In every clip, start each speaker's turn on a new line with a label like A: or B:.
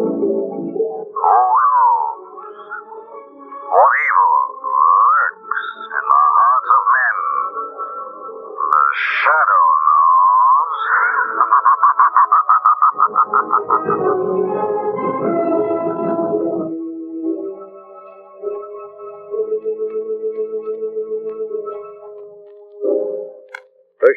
A: Who knows? What evil lurks in the hearts of men? The shadow knows.
B: The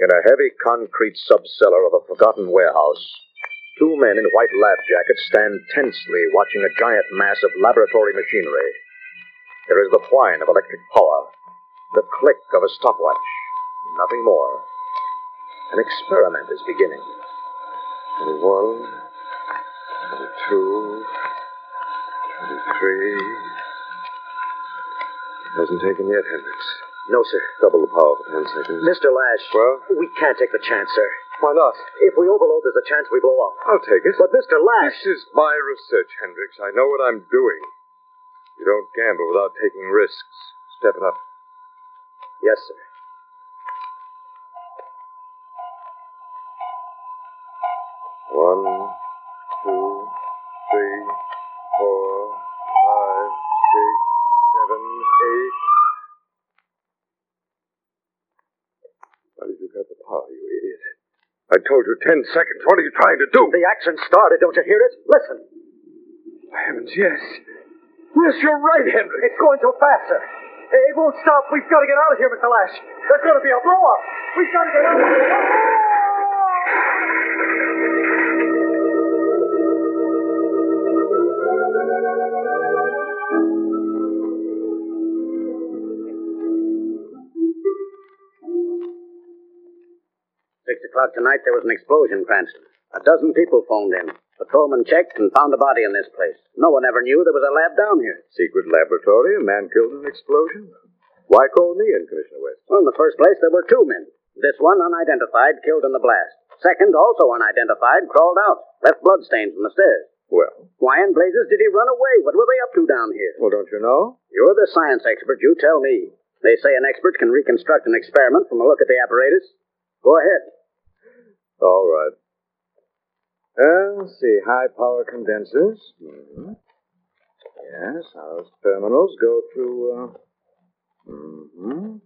B: In a heavy concrete subcellar of a forgotten warehouse, two men in white lab jackets stand tensely watching a giant mass of laboratory machinery. There is the whine of electric power, the click of a stopwatch, nothing more. An experiment is beginning. Twenty-one, twenty-two, twenty-three. Hasn't taken yet, Hendricks. No, sir. Double the power for ten seconds.
C: Mr. Lash.
B: Well?
C: We can't take the chance, sir.
B: Why not?
C: If we overload, there's a chance we blow up.
B: I'll take it.
C: But Mr. Lash.
B: This is my research, Hendricks. I know what I'm doing. You don't gamble without taking risks. Step it up.
C: Yes, sir.
B: One, two, three, four, five, six, seven, eight. Why did you cut the power, you idiot? I told you ten seconds. What are you trying to do?
C: The action started. Don't you hear it? Listen.
B: Heavens, yes. Yes, you're right, Henry.
C: It's going so fast, sir. It won't stop. We've got to get out of here, Mr. Lash. There's going to be a blow up. We've got to get out of here.
D: Six o'clock tonight, there was an explosion, Cranston. A dozen people phoned in. Patrolmen checked and found a body in this place. No one ever knew there was a lab down here.
B: Secret laboratory, a man killed in an explosion. Why call me in, Commissioner West?
D: Well, in the first place, there were two men. This one, unidentified, killed in the blast. Second, also unidentified, crawled out, left bloodstains on the stairs.
B: Well,
D: Why in blazes did he run away? What were they up to down here?
B: well, don't you know?
D: You're the science expert. You tell me. They say an expert can reconstruct an experiment from a look at the apparatus. Go ahead.
B: All right. Uh, let's see, high power condensers. Mhm. Yes, house terminals go through. Uh... hmm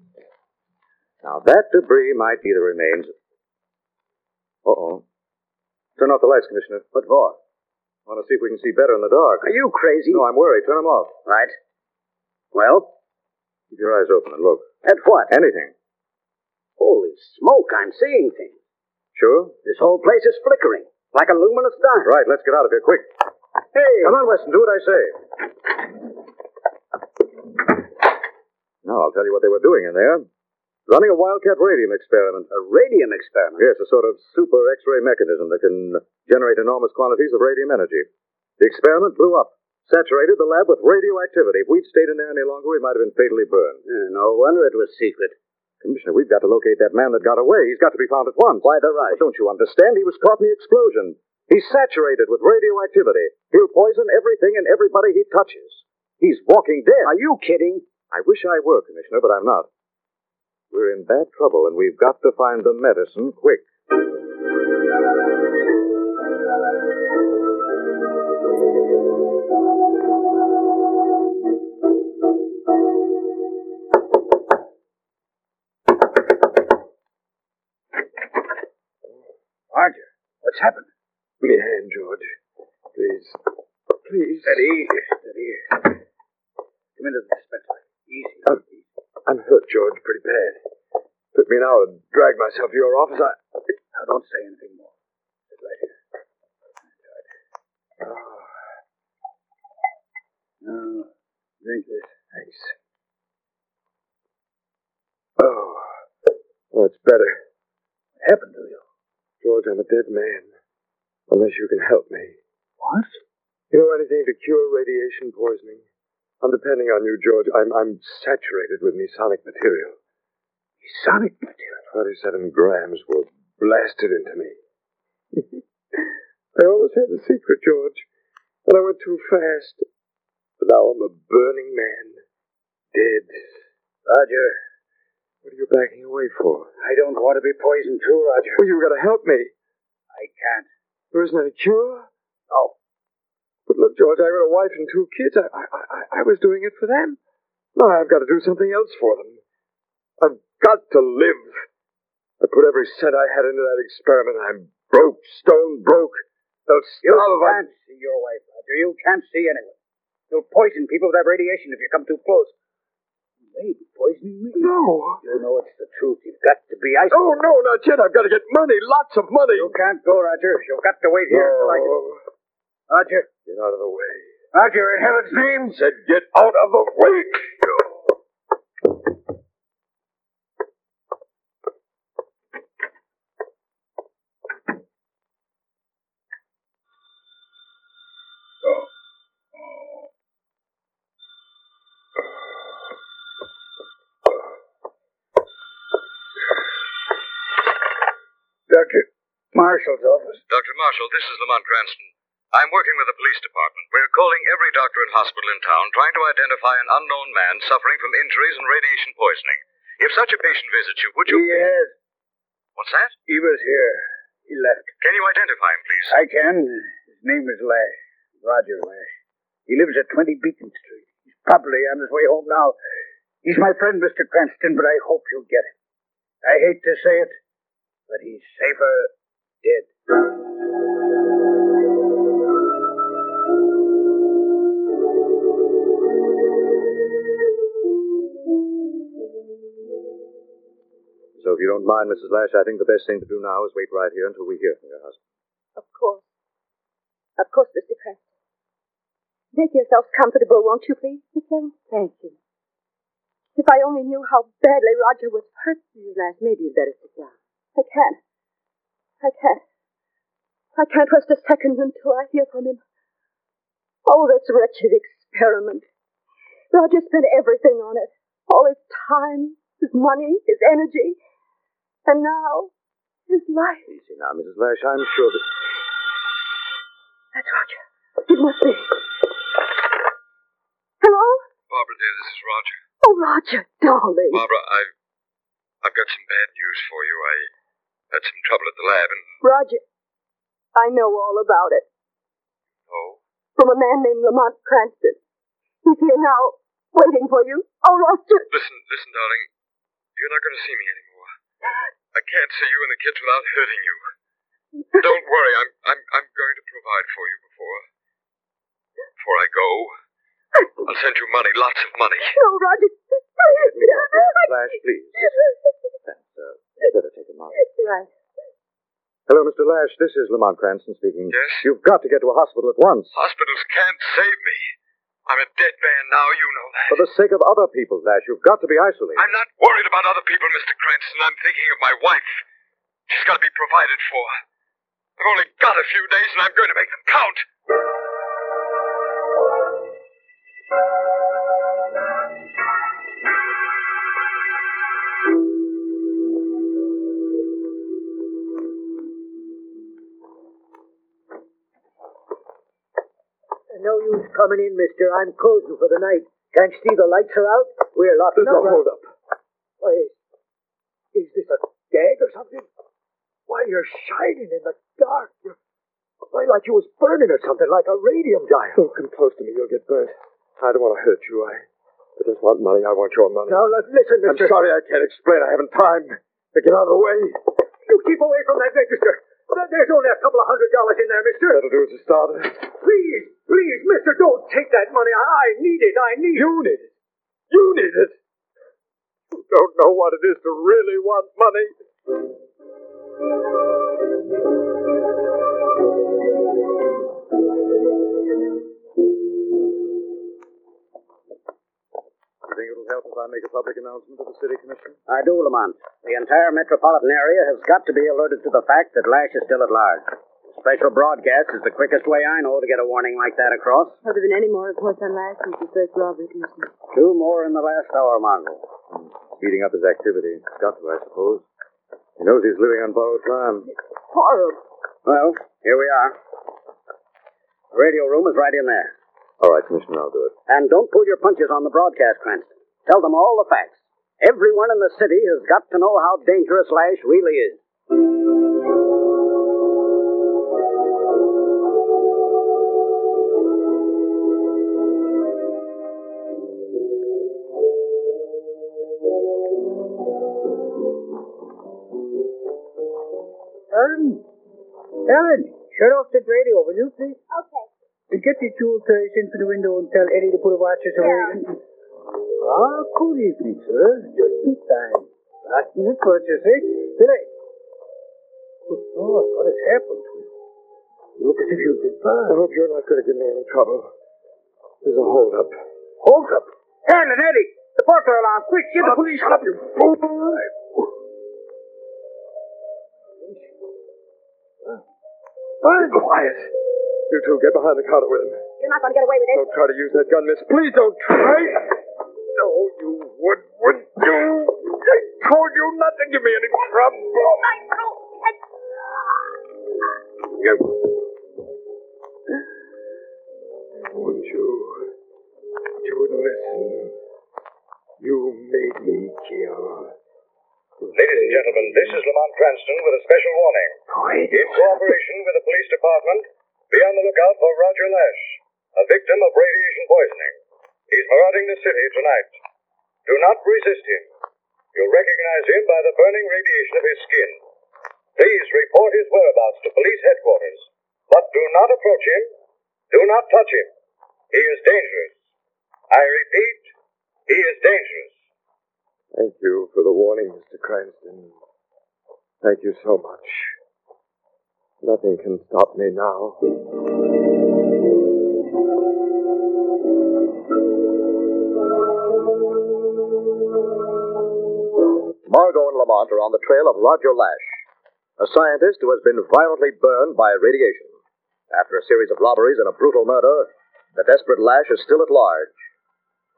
B: Now that debris might be the remains. Uh oh. Turn off the lights, Commissioner. What for? Want to see if we can see better in the dark.
D: Are you crazy?
B: No, I'm worried. Turn them off.
D: Right. Well,
B: Keep your eyes open and look.
D: at what?
B: Anything.
D: Holy smoke, I'm seeing things.
B: Sure?
D: This whole place is flickering like a luminous dime.
B: Right, let's get out of here quick.
D: Hey!
B: Come on, Weston, do what I say. Now, I'll tell you what they were doing in there. Running a wildcat radium experiment.
D: A radium experiment.
B: Yes, a sort of super X ray mechanism that can generate enormous quantities of radium energy. The experiment blew up, saturated the lab with radioactivity. If we'd stayed in there any longer, we might have been fatally burned.
D: Eh, no wonder it was secret.
B: Commissioner, we've got to locate that man that got away. He's got to be found at once.
D: Why the rush?
B: But don't you understand? He was caught in the explosion. He's saturated with radioactivity. He'll poison everything and everybody he touches. He's walking dead.
D: Are you kidding?
B: I wish I were, Commissioner, but I'm not. We're in bad trouble, and we've got to find the medicine quick.
E: what's happened.
B: Me hand, George. Please. Please.
D: Steady, steady. Come into the dispensary. Easy.
B: I'm hurt, George, pretty bad. Took me an hour to drag myself to your office. I.
D: Now, don't say anything more. Sit right here.
B: Ah.
D: Now, drink this.
B: Thanks. Oh. Well, it's better.
D: What happened to you?
B: George, I'm a dead man. Unless you can help me.
D: What?
B: You know anything to cure radiation poisoning? I'm depending on you, George. I'm, I'm saturated with masonic material.
D: Sonic material.
B: 27 grams were blasted into me. I always had the secret, George. And I went too fast. But now I'm a burning man. Dead.
D: Roger,
B: What are you backing away for?
D: I don't want to be poisoned too, Roger.
B: Well, you've got to help me.
D: I can't.
B: There isn't any cure.
D: No.
B: But look, George, I got a wife and two kids. I, I, I, I was doing it for them. Now I've got to do something else for them. I've got to live. I put every cent I had into that experiment. I'm broke, stone broke. They'll
D: You
B: starve. I-
D: can't see your wife, Roger. You can't see anyone. You'll poison people with that radiation if you come too close. You may be poisoning me.
B: No.
D: You know it's the truth. You've got to be isolated.
B: Oh, no, not yet. I've got to get money, lots of money.
D: You can't go, Roger. You've got to wait here until I get...
B: No.
D: Roger.
B: Get out of the way.
D: Roger, in heaven's name.
B: Said get out of the way.
D: Dr. Marshall's office.
F: Dr. Marshall, this is Lamont Cranston. I'm working with the police department. We're calling every doctor and hospital in town trying to identify an unknown man suffering from injuries and radiation poisoning. If such a patient visits you, would
D: He
F: you.
D: has.
F: What's that?
D: He was here. He left.
F: Can you identify him, please?
D: I can. His name is Lash. Roger Lash. He lives at 20 Beacon Street. He's probably on his way home now. He's my friend, Mr. Cranston, but I hope you'll get him. I hate to say it, but he's safer dead.
G: So if you don't mind, Mrs. Lash, I think the best thing to do now is wait right here until we hear from your husband.
H: Of course. Of course, Mr. Cranston. Make yourself comfortable, won't you, please, Miss Evans? Thank you. If I only knew how badly Roger was hurt. Mrs. Lash, maybe you'd better sit down. I can't. I can't. I can't rest a second until I hear from him. Oh, this wretched experiment. Roger spent everything on it. All his time, his money, his energy. And now, his life.
G: Easy now, Mrs. Lash. I'm sure that.
H: That's Roger. It must be. Hello?
F: Barbara, dear, this is Roger.
H: Oh, Roger, darling.
F: Barbara, I've, I've got some bad news for you. I had some trouble at the lab, and
H: Roger, I know all about it
F: oh,
H: from a man named Lamont Cranston. He's here now, waiting for you. Oh, Roger.
F: listen, listen, darling, you're not going to see me anymore. I can't see you and the kids without hurting you. Don't worry, I'm, I'm, I'm going to provide for you before, before I go. I'll send you money, lots of money.
H: Oh, Roger.
G: Lash, please. Thanks, sir. You better take him out.
H: Right.
G: Hello, Mr. Lash. This is Lamont Cranston speaking.
F: Yes?
G: You've got to get to a hospital at once.
F: Hospitals can't save me. I'm a dead man now, you know that.
G: For the sake of other people, Lash, you've got to be isolated.
F: I'm not worried about other people, Mr. Cranston. I'm thinking of my wife. She's got to be provided for. I've only got a few days, and I'm going to make them count.
D: No use coming in, mister. I'm closing for the night. Can't see the lights are out. We're locked
B: There's a holdup.
D: Why, Oh, is this a gag or something? Why, you're shining in the dark. You're, why, like you was burning or something, like a radium dial.
B: Don't come close to me. You'll get burnt. I don't want to hurt you. I, I just want money. I want your money.
D: Now, li- listen,
B: I'm
D: mister.
B: sorry I can't explain. I haven't time. Now Get out of the way.
D: You keep away from that register.
I: There- There's only a couple of hundred dollars in there, mister.
B: That'll do as a starter.
I: Please, please, mister, don't take that money. I, I need it. I need
B: You need it. You need it. You don't know what it is to really want money.
G: You think it'll help if I make a public announcement to the city commission?
D: I do, Lamont. The entire metropolitan area has got to be alerted to the fact that Lash is still at large. Special broadcast is the quickest way I know to get a warning like that across.
H: Have there been any more reports on last since the first robbery, Commissioner?
D: Two more in the last hour, Mongo.
G: Speeding up his activity. Got to, I suppose. He knows he's living on borrowed time.
H: Horrible.
D: Well, here we are. The radio room is right in there.
G: All right, Commissioner, I'll do it.
D: And don't pull your punches on the broadcast, Cranston. Tell them all the facts. Everyone in the city has got to know how dangerous Lash really is. Ellen, Ellen, shut off that radio, will you, please?
H: Okay.
D: Get the jewel trays in through the window and tell Eddie to put the watches away. Ah, good evening, sir. Just in time. Last minute purchase, eh? Did I? Good Lord, what has happened to you? You look as if you've been
B: I
D: burned.
B: hope you're not going to give me any trouble. There's a holdup.
D: Hold up. Alan, Eddie, the burglar alarm. Quick, get the police.
B: Shut up, you fool!
D: Burn.
B: Quiet. You two, get behind the counter with him.
H: You're not going to get away with it.
B: Don't try to use that gun, miss. Please don't try. No, you would, would you? I told you not to give me any trouble. You. Would you? You would listen. You made me kill.
J: Ladies and gentlemen, this is Lamont Cranston with a special warning. In cooperation with the police department, be on the lookout for Roger Lash, a victim of radiation poisoning. He's marauding the city tonight. Do not resist him. You'll recognize him by the burning radiation of his skin. Please report his whereabouts to police headquarters, but do not approach him. Do not touch him. He is dangerous. I repeat, he is dangerous.
B: Thank you for the warning, Mr. Cranston. Thank you so much. Nothing can stop me now.
G: Margot and Lamont are on the trail of Roger Lash, a scientist who has been violently burned by radiation. After a series of robberies and a brutal murder, the desperate Lash is still at large.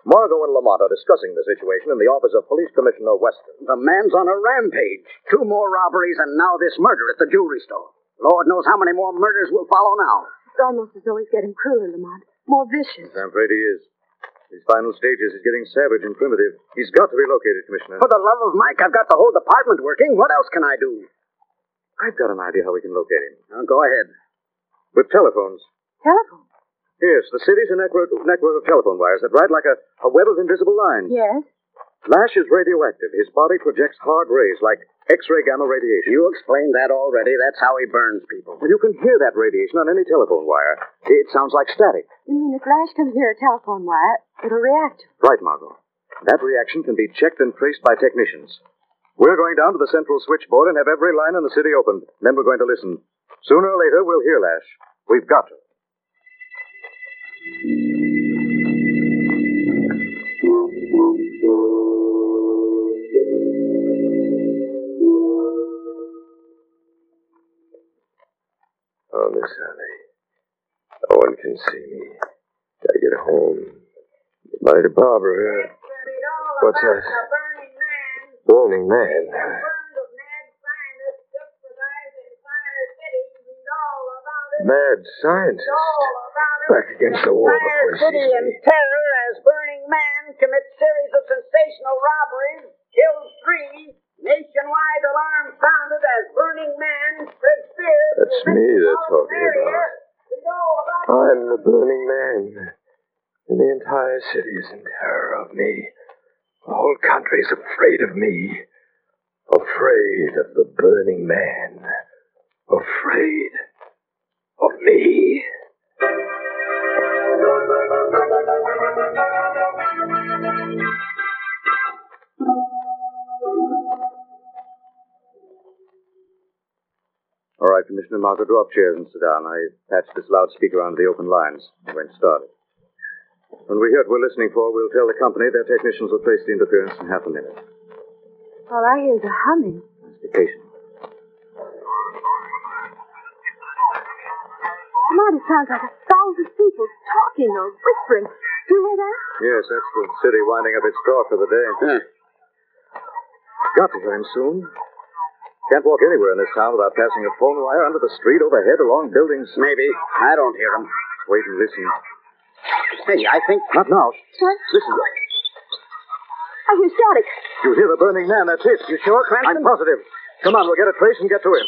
G: Margot and Lamont are discussing the situation in the office of Police Commissioner Weston.
D: The man's on a rampage. Two more robberies and now this murder at the jewelry store. Lord knows how many more murders will follow now.
H: It's almost as though he's getting crueler, Lamont. More vicious.
G: I'm afraid he is. His final stages is getting savage and primitive. He's got to be located, Commissioner.
D: For the love of Mike, I've got the whole department working. What else can I do?
G: I've got an idea how we can locate him.
D: Now, go ahead.
G: With telephones.
H: Telephone.
G: Yes, the city's a network, network of telephone wires that ride like a, a web of invisible lines.
H: Yes.
G: Lash is radioactive. His body projects hard rays like X ray gamma radiation.
D: You explained that already. That's how he burns people.
G: And you can hear that radiation on any telephone wire. It sounds like static.
H: You mean if Lash comes near a telephone wire, it'll react.
G: Right, Margot. That reaction can be checked and traced by technicians. We're going down to the central switchboard and have every line in the city opened. Then we're going to listen. Sooner or later, we'll hear Lash. We've got to.
B: Oh, Miss Alley. No one can see me. Gotta get home. Get money to Barbara. What's that? Burning man. Mad scientist. Back against the wall. before she
K: City
B: sees
K: in
B: me.
K: terror as Burning Man commits series of sensational robberies, kills three. Nationwide alarm sounded as Burning Man spreads fear. to
B: That's
K: the
B: me they're
K: metropolitan
B: talking
K: area.
B: about.
K: We know about
B: I'm the burning man. And the entire city is in terror of me. The whole country's afraid of me. Afraid of the burning man.
G: afraid of me.
B: All right, Commissioner Marker, draw up chairs and sit down. I patched this loudspeaker onto the open lines when started. When we hear what we're listening for, we'll tell the company their technicians will place the interference in half a minute.
H: All I hear is a humming.
B: Vacation.
H: Lord, it sounds like a thousand people talking or whispering. Do you hear that?
B: Yes, that's the city winding up its talk for the day. Got to hear him soon. Can't walk anywhere in this town without passing a phone wire under the street, overhead, along buildings.
D: Maybe. I don't hear him.
B: Wait and listen.
D: Hey, I think.
B: Not now.
H: What?
B: Listen.
H: I hear static.
B: You hear the burning man. That's it. You sure, Cranston? I'm positive. Come on, we'll get a trace and get to him.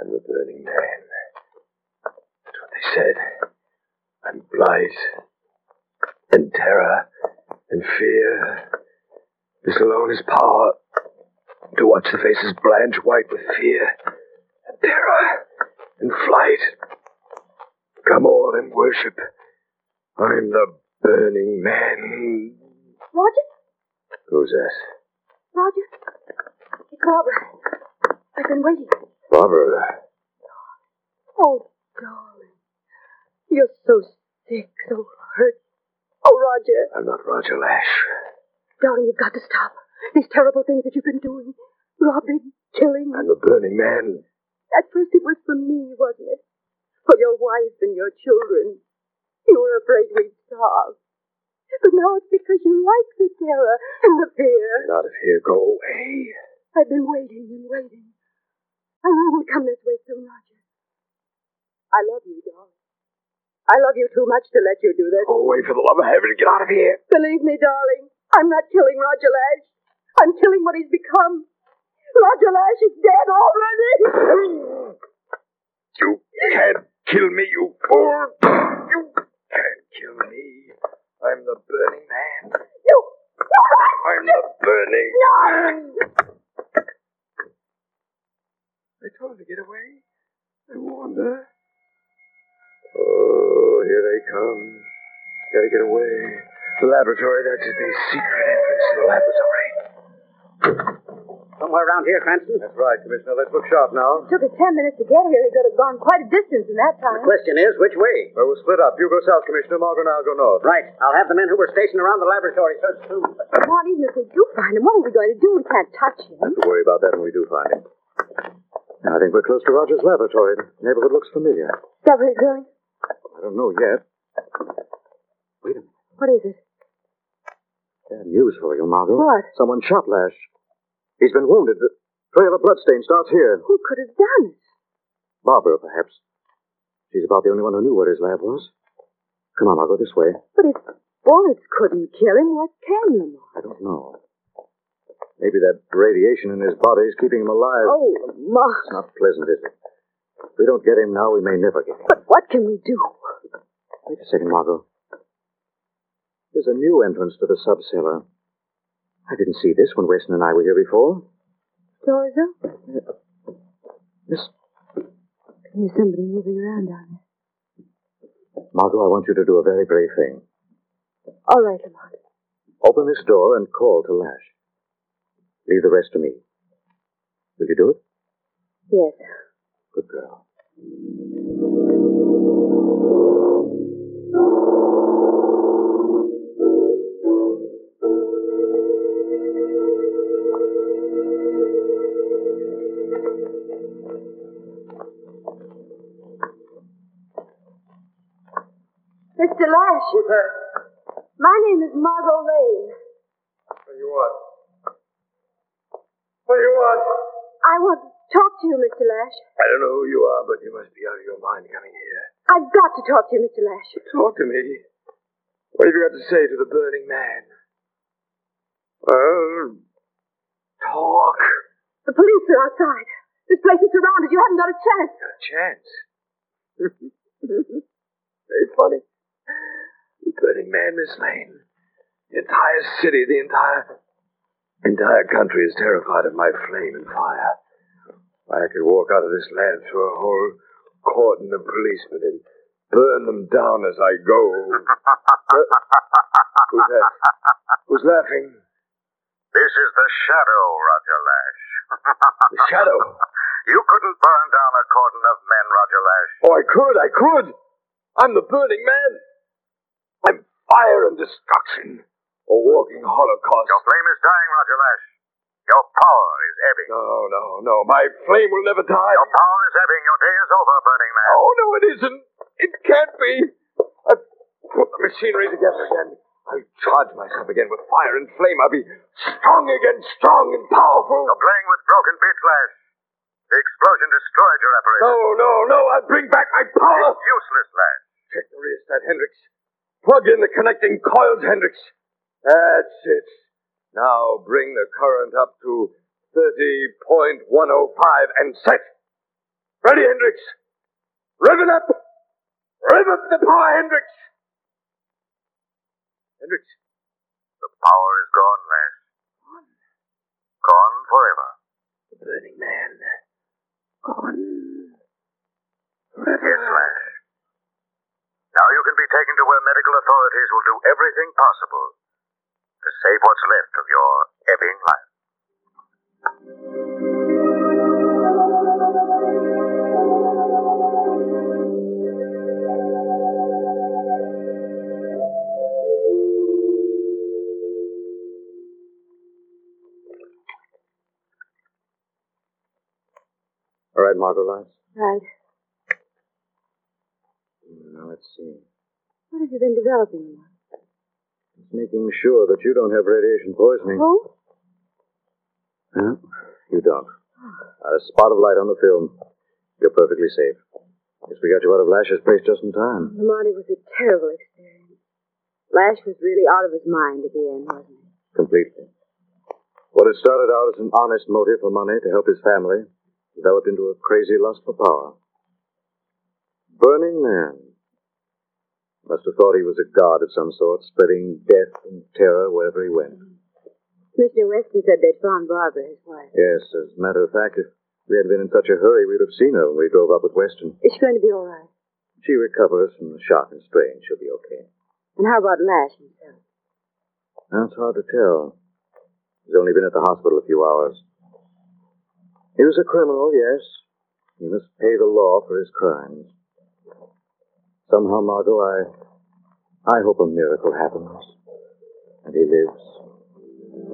G: I'm the burning man. That's what they said. I'm blight and terror and fear. This alone is power. To watch the faces blanch white with fear and terror and flight. Come all and worship. I'm the burning man.
H: Roger?
G: Who's that?
H: Roger? It's Barbara. I've been waiting.
G: Barbara.
H: Oh, darling. You're so sick, so hurt. Oh, Roger.
G: I'm not Roger Lash.
H: Darling, you've got to stop. These terrible things that you've been doing. Robbing, killing.
G: I'm the burning man.
H: At first it was for me, wasn't it? For your wife and your children. You were afraid we'd starve. But now it's because you like the terror and the fear.
G: Get out of here. Go away.
H: I've been waiting and waiting. I knew you would come this way soon, Roger. I love you, darling. I love you too much to let you do this.
G: Go away for the love of heaven. Get out of here.
H: Believe me, darling, I'm not killing Roger Lash. I'm killing what he's become. Roger Lash is dead already.
G: You can't kill me, you fool. You can't kill me. I'm the burning man.
H: You.
G: I'm the burning man. I told her to get away. I warned her. Oh, here they come. Gotta get away. The laboratory, that's it. The secret entrance to the laboratory.
D: Somewhere around here, Cranston.
B: That's right, Commissioner. Let's look sharp now.
H: Took us ten minutes to get here. He could have gone quite a distance in that time.
D: The question is, which way?
B: Well, we'll split up. You go south, Commissioner. Margaret and I'll go north.
D: Right. I'll have the men who were stationed around the laboratory search through.
H: Lord, even if we do find him, what are we going to do? We can't touch him.
B: Don't worry about that when we do find him. Now, I think we're close to Roger's laboratory. The neighborhood looks familiar.
H: Is that where he's going?
B: I don't know yet. Wait a minute.
H: What is it?
B: Bad news for you, Margot.
H: What?
B: Someone shot Lash. He's been wounded. The trail of bloodstain starts here.
H: Who could have done it?
B: Barbara, perhaps. She's about the only one who knew where his lab was. Come on, Margot, this way.
H: But if bullets couldn't kill him, what can, Lamont?
B: I don't know. Maybe that radiation in his body is keeping him alive.
H: Oh, Lamont.
B: It's not pleasant, is it? If we don't get him now, we may never get him.
H: But what can we do?
B: Wait a second, Margot. There's a new entrance to the subcellar. I didn't see this when Weston and I were here before.
H: Doors open.
B: Miss
H: Here's somebody moving around down there.
B: Margot, I want you to do a very brave thing.
H: All right, Lamont.
B: Open this door and call to Lash. Leave the rest to me. Will you do it?
H: Yes.
B: Good girl.
H: Mr. Lash.
A: Who's that?
H: My name is Margot Lane.
A: What do you want? What do you want?
H: I want to talk to you, Mr. Lash.
G: I don't know who you are, but you must be out of your mind coming here.
H: I've got to talk to you, Mr. Lash.
G: Talk to me. What have you got to say to the burning man? Well, talk.
H: The police are outside. This place is surrounded. You haven't got a chance.
L: A chance.
G: Very funny. The Burning Man, Miss Lane. The entire city, the entire entire country is terrified of my flame and fire. I could walk out of this lab through a whole cordon of policemen and burn them down as I go. Uh, who's that? Who's laughing?
B: This is the shadow, Roger Lash.
G: The shadow.
B: You couldn't burn down a cordon of men, Roger Lash.
G: Oh, I could, I could. I'm the burning man. I'm fire and destruction. A walking holocaust.
B: Your flame is dying, Roger Lash. Your power is ebbing.
G: No, no, no. My flame will never die.
B: Your power is ebbing. Your day is over, Burning Man.
G: Oh, no, it isn't. It can't be. I put the machinery together again. I'll charge myself again with fire and flame. I'll be strong again, strong and powerful.
B: You're playing with broken bits, Lash. The explosion destroyed your apparatus.
G: No, no, no. I'll bring back my power.
B: It's useless, Lash.
G: Check the rheostat, Hendricks. Plug in the connecting coils, Hendricks. That's it. Now bring the current up to 30.105 and set. Ready, Hendricks? Rev it up! Rev up the power, Hendricks! Hendricks,
B: The power is gone, Lash. Gone forever.
G: the burning man. Gone.
B: Yes, Lash. Now you can be taken to where medical authorities will do everything possible to save what's left of your ebbing life.
M: All right, Margot Lodge.
H: Right.
M: Now, let's see.
H: What have you been developing?
M: Just making sure that you don't have radiation poisoning.
H: Oh?
M: Huh? Hm? You don't. Not a spot of light on the film. You're perfectly safe. Guess we got you out of Lash's place just in time.
H: Lamonti was a terrible experience. Lash was really out of his mind at the end, wasn't he?
M: Completely. What had started out as an honest motive for money to help his family developed into a crazy lust for power. Burning man. Must have thought he was a god of some sort, spreading death and terror wherever he went.
H: Commissioner Weston said they'd found Barbara, his wife.
M: Yes, as a matter of fact, if we hadn't been in such a hurry, we'd have seen her when we drove up with Weston.
H: Is she going to be all right?
M: She recovers from the shock and strain. She'll be okay.
H: And how about Lash himself?
M: That's hard to tell. He's only been at the hospital a few hours. He was a criminal, yes. He must pay the law for his crimes. Somehow, Margot, I, I hope a miracle happens, and he lives.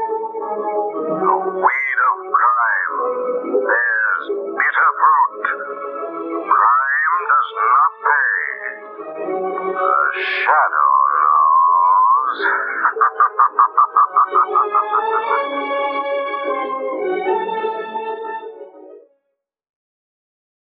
B: The weed of crime bears bitter fruit. Crime does not pay. The shadow knows.